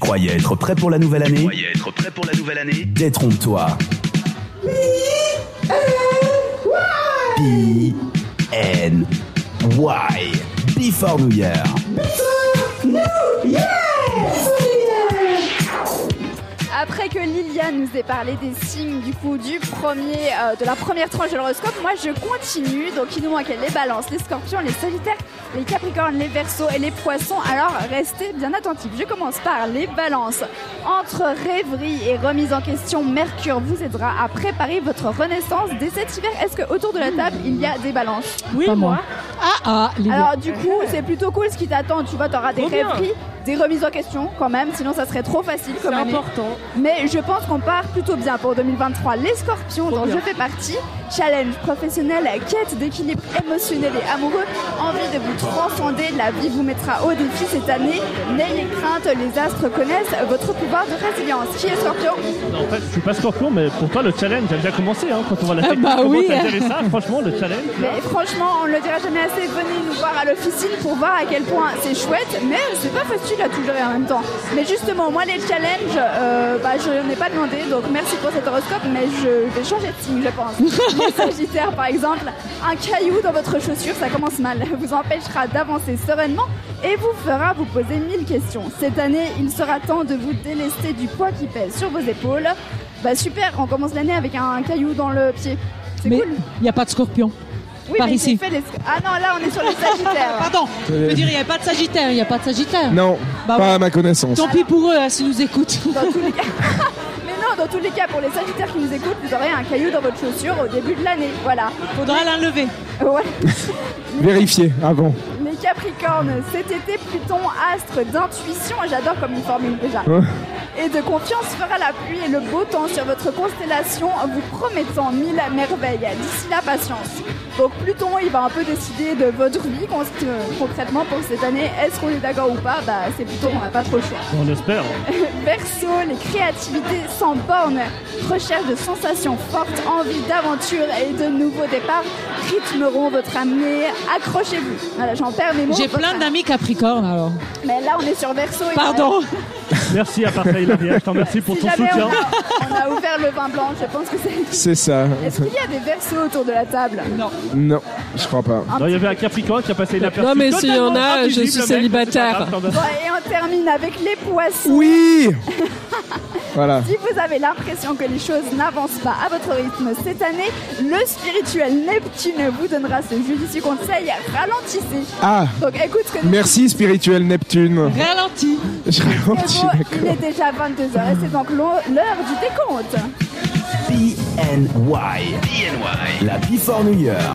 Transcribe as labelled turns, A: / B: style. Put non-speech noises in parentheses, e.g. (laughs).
A: Croyais être prêt pour la nouvelle année
B: Croyez être prêt pour la nouvelle année
A: Détrompe-toi. B N Y Before New Year.
C: Après que Liliane nous ait parlé des signes du coup du premier, euh, de la première tranche de l'horoscope, moi je continue. Donc il nous manque les balances, les scorpions, les solitaires, les capricornes, les versos et les poissons. Alors restez bien attentifs. Je commence par les balances. Entre rêverie et remise en question, Mercure vous aidera à préparer votre renaissance dès cet hiver. Est-ce que autour de la table il y a des balances
D: Oui,
E: Pas moi. Ah, ah, Lily.
C: Alors du coup, c'est plutôt cool ce qui t'attend. Tu vois, t'auras des
D: Trop bien.
C: rêveries, des remises en question quand même. Sinon, ça serait trop facile
D: C'est
C: comme année.
D: important.
C: Mais je pense qu'on part plutôt bien pour 2023. Les scorpions dont
D: bien.
C: je fais partie, challenge professionnel, quête d'équilibre émotionnel et amoureux, envie de vous transcender, la vie vous mettra au défi cette année. N'ayez crainte, les astres connaissent votre pouvoir de résilience. Qui est scorpion
F: En fait, je suis pas scorpion, mais pour toi, le challenge a déjà commencé. Hein, quand on voit la
E: Ah
F: technique,
E: bah
F: comment
E: oui.
F: t'as géré ça Franchement, le challenge. là.
C: Mais franchement, on ne le dira jamais assez, venez nous voir à l'officine pour voir à quel point c'est chouette, mais c'est pas facile à tout gérer en même temps. Mais justement, moi les challenges, euh, bah, je n'en ai pas demandé, donc merci pour cet horoscope, mais je vais changer de signe, je pense. Les Sagittaires, par exemple, un caillou dans votre chaussure, ça commence mal, (laughs) vous empêchera d'avancer sereinement et vous fera vous poser mille questions. Cette année, il sera temps de vous délester du poids qui pèse sur vos épaules. Bah super, on commence l'année avec un caillou dans le pied. C'est
E: Mais
C: cool.
E: il n'y a pas de scorpion.
C: Oui,
E: Par
C: mais
E: ici.
C: j'ai fait les- Ah non, là on est sur les
E: (laughs)
C: Sagittaires.
E: Pardon, je veux dire, il n'y a pas de sagittaire. Il n'y a pas de sagittaire.
G: Non,
E: Bah
G: pas
E: oui.
G: à ma connaissance.
E: Tant pis pour eux hein, s'ils nous écoutent.
C: Dans tous les cas. mais non, dans tous les cas, pour les Sagittaires qui nous écoutent, vous aurez un caillou dans votre chaussure au début de l'année. Voilà.
E: (laughs)
C: Euh,
E: Faudra l'enlever. (laughs)
C: Ouais.
G: Vérifiez avant.
C: Les Capricornes, cet été, Pluton, astre d'intuition, j'adore comme une formule déjà,
G: Ouais.
C: et de confiance fera la pluie et le beau temps sur votre constellation en vous promettant mille merveilles. D'ici la patience. Donc Pluton, il va un peu décider de votre vie con- euh, concrètement pour cette année. Est-ce qu'on est d'accord ou pas Bah c'est Pluton, on n'a pas trop le choix.
F: On espère.
C: (laughs) Verso, les créativités sans bornes, recherche de sensations fortes, envie d'aventure et de nouveaux départs rythmeront votre année. Accrochez-vous. Voilà, j'en perds mes mots.
E: J'ai plein d'amis capricornes alors.
C: Mais là, on est sur Verso. et euh,
E: Pardon.
F: Merci à Parfait Hilaria. Je t'en remercie pour
C: Si
F: ton
C: jamais
F: soutien.
C: On a, on a ouvert le vin blanc, je pense que c'est.
G: C'est ça.
C: Est-ce qu'il y a des versos autour de la table
G: Non, je crois pas.
F: Non, il y avait un Capricorne qui a passé inaperçu.
D: Non, mais s'il y en
F: Totalement
D: a, je
F: invisible,
D: suis
F: le mec, c'est pas
D: célibataire.
F: grave,
C: Bon, Et on termine avec les poissons. (laughs)
G: Oui Voilà.
C: Si vous avez l'impression que les choses n'avancent pas à votre rythme cette année, le spirituel Neptune vous donnera ce judicieux conseil ralentissez.
G: Ah
C: Donc écoute ce que nous
G: Merci spirituel Neptune.
E: Ralenti.
G: Je ralentis,
C: Prévost, il
G: d'accord.
C: est déjà 22h et c'est donc l'heure du décompte.
A: B N Y.
B: BNY.
A: La Before New Year.